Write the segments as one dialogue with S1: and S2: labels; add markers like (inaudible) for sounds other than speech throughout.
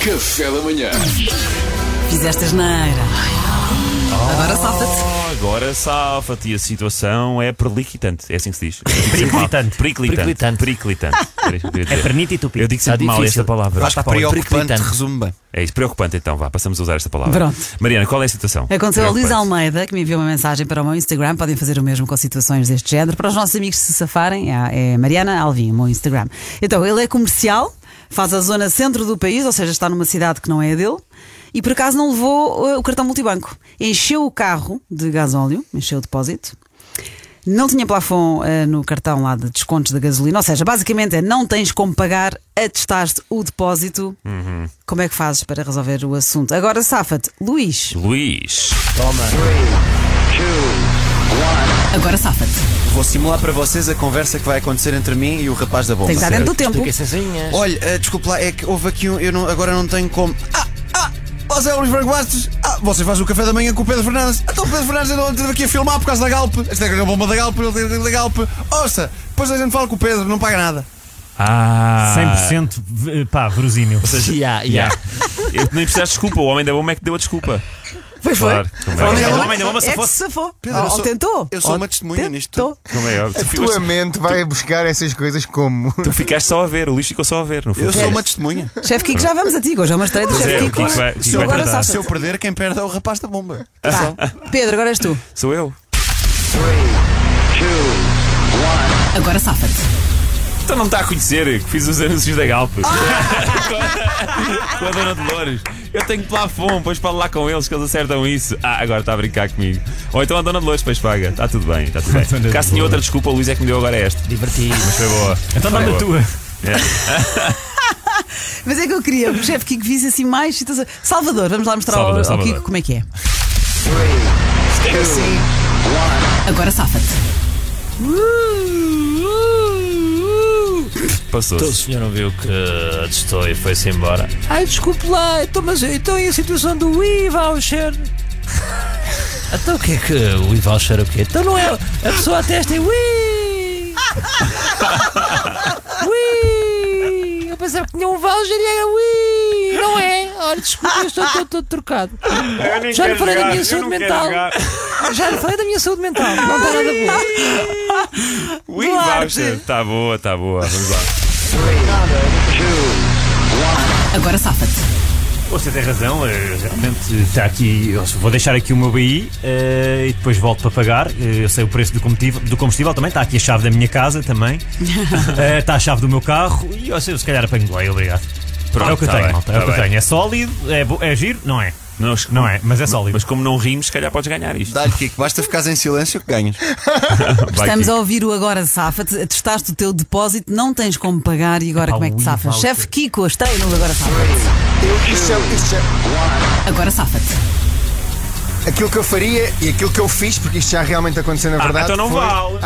S1: Café da manhã.
S2: Fizeste asneira. Agora salta-te.
S3: Agora safa-te e a situação é perliquitante. É assim que se diz.
S4: Periclitante.
S3: Periclitante. Periclitante. (laughs) Era isso que eu queria
S4: É
S3: dizer.
S4: pernito e tupido.
S3: Eu digo sempre
S4: Está
S3: mal
S4: difícil.
S3: esta palavra.
S4: Basta a palavra.
S5: Preocupante,
S4: Periclitante.
S5: resume bem.
S3: É isso, preocupante então, vá, passamos a usar esta palavra.
S2: Pronto.
S3: Mariana, qual é a situação?
S2: Aconteceu a Luís
S3: Preocupante.
S2: Almeida, que me enviou uma mensagem para o meu Instagram. Podem fazer o mesmo com situações deste género. Para os nossos amigos se safarem, é é Mariana Alvim, o meu Instagram. Então, ele é comercial, faz a zona centro do país, ou seja, está numa cidade que não é a dele. E por acaso não levou eh, o cartão multibanco. Encheu o carro de gasóleo, encheu o depósito. Não tinha plafon eh, no cartão lá de descontos da gasolina, ou seja, basicamente é não tens como pagar, atestaste o depósito. Como é que fazes para resolver o assunto? Agora safa-te, Luís.
S3: Luís.
S2: Agora safa-te.
S5: Vou simular para vocês a conversa que vai acontecer entre mim e o rapaz da bomba.
S2: Tem que estar dentro do tempo.
S5: Olha, eh, desculpe lá, é que houve aqui um. Eu não- agora não tenho como. Ah, ah! Ó Zé Luís Branco Bastos! Ah, você faz o café da manhã com o Pedro Fernandes! Então o Pedro Fernandes ainda esteve aqui a filmar por causa da Galp! Esta é a bomba da Galp, ele tem da Galp! Ouça! Depois a gente fala com o Pedro, não paga nada!
S3: Ah.
S4: 100% v- pá, verosímil.
S3: eh, Yeah, yeah. Eu nem precisaste de desculpa, o homem da bomba é que deu a desculpa.
S2: Pois
S3: Claro, como é.
S2: Olha,
S3: Olha,
S2: olha,
S3: homem, não, mas
S2: é
S3: safou-se.
S2: que safou.
S5: Pedro,
S2: Ou
S5: eu sou-
S2: tentou.
S5: eu sou
S2: Ou
S5: uma testemunha nisto
S2: tentou.
S3: Como é óbvio. Tu,
S6: tua
S3: ficaste-
S6: mente vai buscar essas coisas como.
S3: tu ficaste só a ver, o Luís ficou só a ver, É. não foi?
S5: Eu sou uma testemunha!
S2: Chefe Kiko, já vamos a ti. Hoje é uma estreia do
S3: Pois é,
S2: Chefe
S3: o Kiko vai-
S2: Kiko.
S3: Kiko vai
S2: Agora
S3: tratar.
S5: Se eu
S2: safa-te.
S5: perder, quem perde é o rapaz da bomba!
S2: Tá. Pedro, agora és tu.
S3: Sou eu.
S2: Agora safa-te.
S3: Então não me está a conhecer, que fiz os anúncios da Galp. com a Dona Dolores. Eu tenho plafon, pois falo lá com eles que eles acertam isso. Ah, agora está a brincar comigo. Ou então a Dona Dolores depois paga. Está tudo bem, está tudo bem. Caso tinha outra desculpa, o Luís é que me deu agora esta.
S4: Divertido.
S3: Mas foi boa.
S4: Então dá-me a tua.
S2: Mas é que eu queria que o Chefe Kiko visse assim mais situações. Salvador, vamos lá mostrar
S3: Salvador,
S2: ao, ao
S3: Salvador.
S2: Kiko como é que é. Agora safa-te.
S3: Passou-se.
S4: senhor não viu que a Destoy foi-se embora?
S7: (laughs) Ai, desculpe lá, então, mas então e a situação do e-voucher? (laughs) então o que é que o e-voucher é o quê? Então não é. A pessoa testa e ui! (laughs) ui! Eu pensava que tinha um voucher e era ui! Não é? Olha, desculpe, eu estou todo, todo trocado. Já lhe falei da minha saúde mental. Já lhe falei da minha saúde mental. Não está nada boa.
S3: Ui,
S2: Duarte.
S3: voucher. Está Tá boa, está boa. Vamos lá.
S2: Agora safa-te.
S4: Você tem razão, eh, realmente está aqui. eu Vou deixar aqui o meu BI eh, e depois volto para pagar. Eh, Eu sei o preço do combustível, do combustível também, está aqui a chave da minha casa também, Eh, está a chave do meu carro e eu sei, se calhar apanho lá, obrigado.
S3: Pronto,
S4: é o que eu
S3: tá
S4: tenho,
S3: bem,
S4: malta, é
S3: tá
S4: o que eu
S3: bem.
S4: tenho. É sólido, é, bo- é giro? Não é.
S3: Não,
S4: Não é, mas é sólido.
S3: Mas como não rimos, se calhar podes ganhar isto.
S5: Dá-lhe, Kiko, basta ficares em silêncio que ganhas!
S3: Vai
S2: Estamos
S3: aqui.
S2: a ouvir o Agora Safa-te. Testaste o teu depósito, não tens como pagar e agora
S4: Epá,
S2: como é que te
S4: ui,
S2: safas?
S4: Walter.
S2: Chefe Kiko, estreia no Agora Safa-te.
S6: Isso é, isso é
S2: Agora safa-te.
S6: aquilo que eu faria e aquilo que eu fiz, porque isto já realmente aconteceu na
S3: Ah,
S6: verdade.
S3: então não
S6: foi-
S3: vale.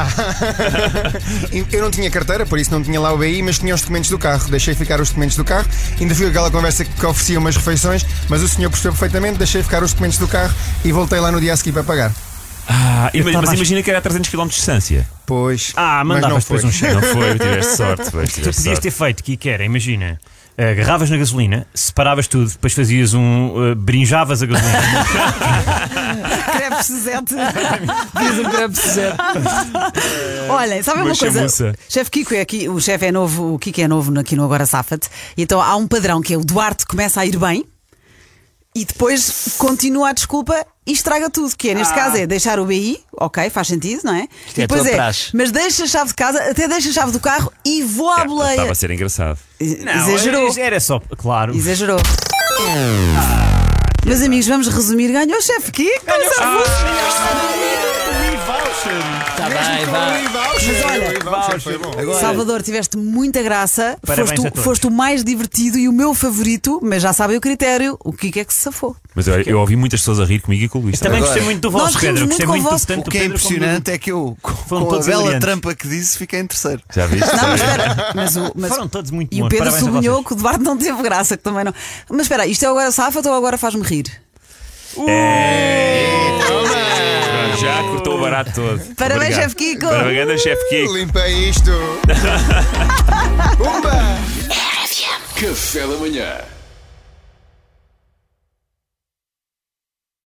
S6: Eu não tinha carteira, por isso não tinha lá o BI, mas tinha os documentos do carro. Deixei ficar os documentos do carro. Ainda fui aquela conversa que oferecia umas refeições, mas o senhor percebeu perfeitamente. Deixei ficar os documentos do carro e voltei lá no dia a seguir para pagar.
S3: Ah, ima-
S4: tava
S3: mas
S4: a-
S3: imagina que era a 300 km de distância.
S6: Pois.
S4: Ah,
S6: mas não
S4: mandavas
S6: foi.
S4: depois um cheiro.
S3: Não foi, tiveste sorte. pois,
S4: (laughs) Tu
S3: tiveste
S4: podias
S3: sorte.
S4: ter feito, que era, imagina. eh, Agarravas na gasolina, separavas tudo, depois fazias um. eh, brinjavas
S2: (laughs)
S4: a gasolina.
S2: Crepe Suzette. Diz um crepe Suzette. Olha, sabe uma
S3: Uma
S2: coisa?
S3: chamuça.
S2: O chefe Kiko é aqui, o chefe é novo, o Kiko é novo aqui no Agora Safate. Então há um padrão que é o Duarte começa a ir bem e depois continua a desculpa e estraga tudo, que é, neste caso é deixar o BI, ok, faz sentido, não é?
S7: é a
S2: depois
S7: tua praxe.
S2: mas deixa a chave de casa, até deixa a chave do carro e vou à
S3: Estava
S2: Ah, boleia.
S3: a ser engraçado.
S2: Exagerou.
S4: Era só, claro.
S2: Exagerou. Meus amigos, vamos resumir. Ganhou o chefe Kiko.
S7: Está bem, vá.
S2: Mas olha, Salvador, tiveste muita graça.
S4: Parabéns
S2: foste,
S4: a
S2: o,
S4: todos.
S2: foste o mais divertido e o meu favorito, mas já sabem o critério. O Kiko é que se safou.
S3: Mas eu, eu ouvi muitas pessoas a rir comigo e com o Luís.
S4: Também
S5: Agora-
S4: gostei muito do
S2: Nós
S4: vosso,
S2: rimos
S4: Pedro.
S2: muito
S4: Gostei
S2: com o
S4: muito,
S2: vosso.
S4: do, tanto
S5: O
S4: do
S5: que é
S4: Pedro como do-
S5: impressionante é que eu, com,
S4: Foram
S5: com a
S4: todos
S5: bela
S4: brilhantes.
S5: trampa que disse, fiquei em terceiro.
S3: Já viste?
S2: Não, mas espera. Mas o, mas-
S4: Foram todos muito
S2: E o
S4: bons.
S2: Pedro
S4: Parabéns a
S2: sublinhou
S4: vocês.
S2: que o Duarte não teve graça, que também não. Mas espera, isto é o agora safa ou agora faz-me rir?
S3: Pronto, Já cortou o barato todo.
S2: Parabéns,
S3: Obrigado.
S2: chefe Kiko.
S3: Parabéns, chefe Kiko.
S6: Limpa isto. Pumba!
S1: Café da manhã.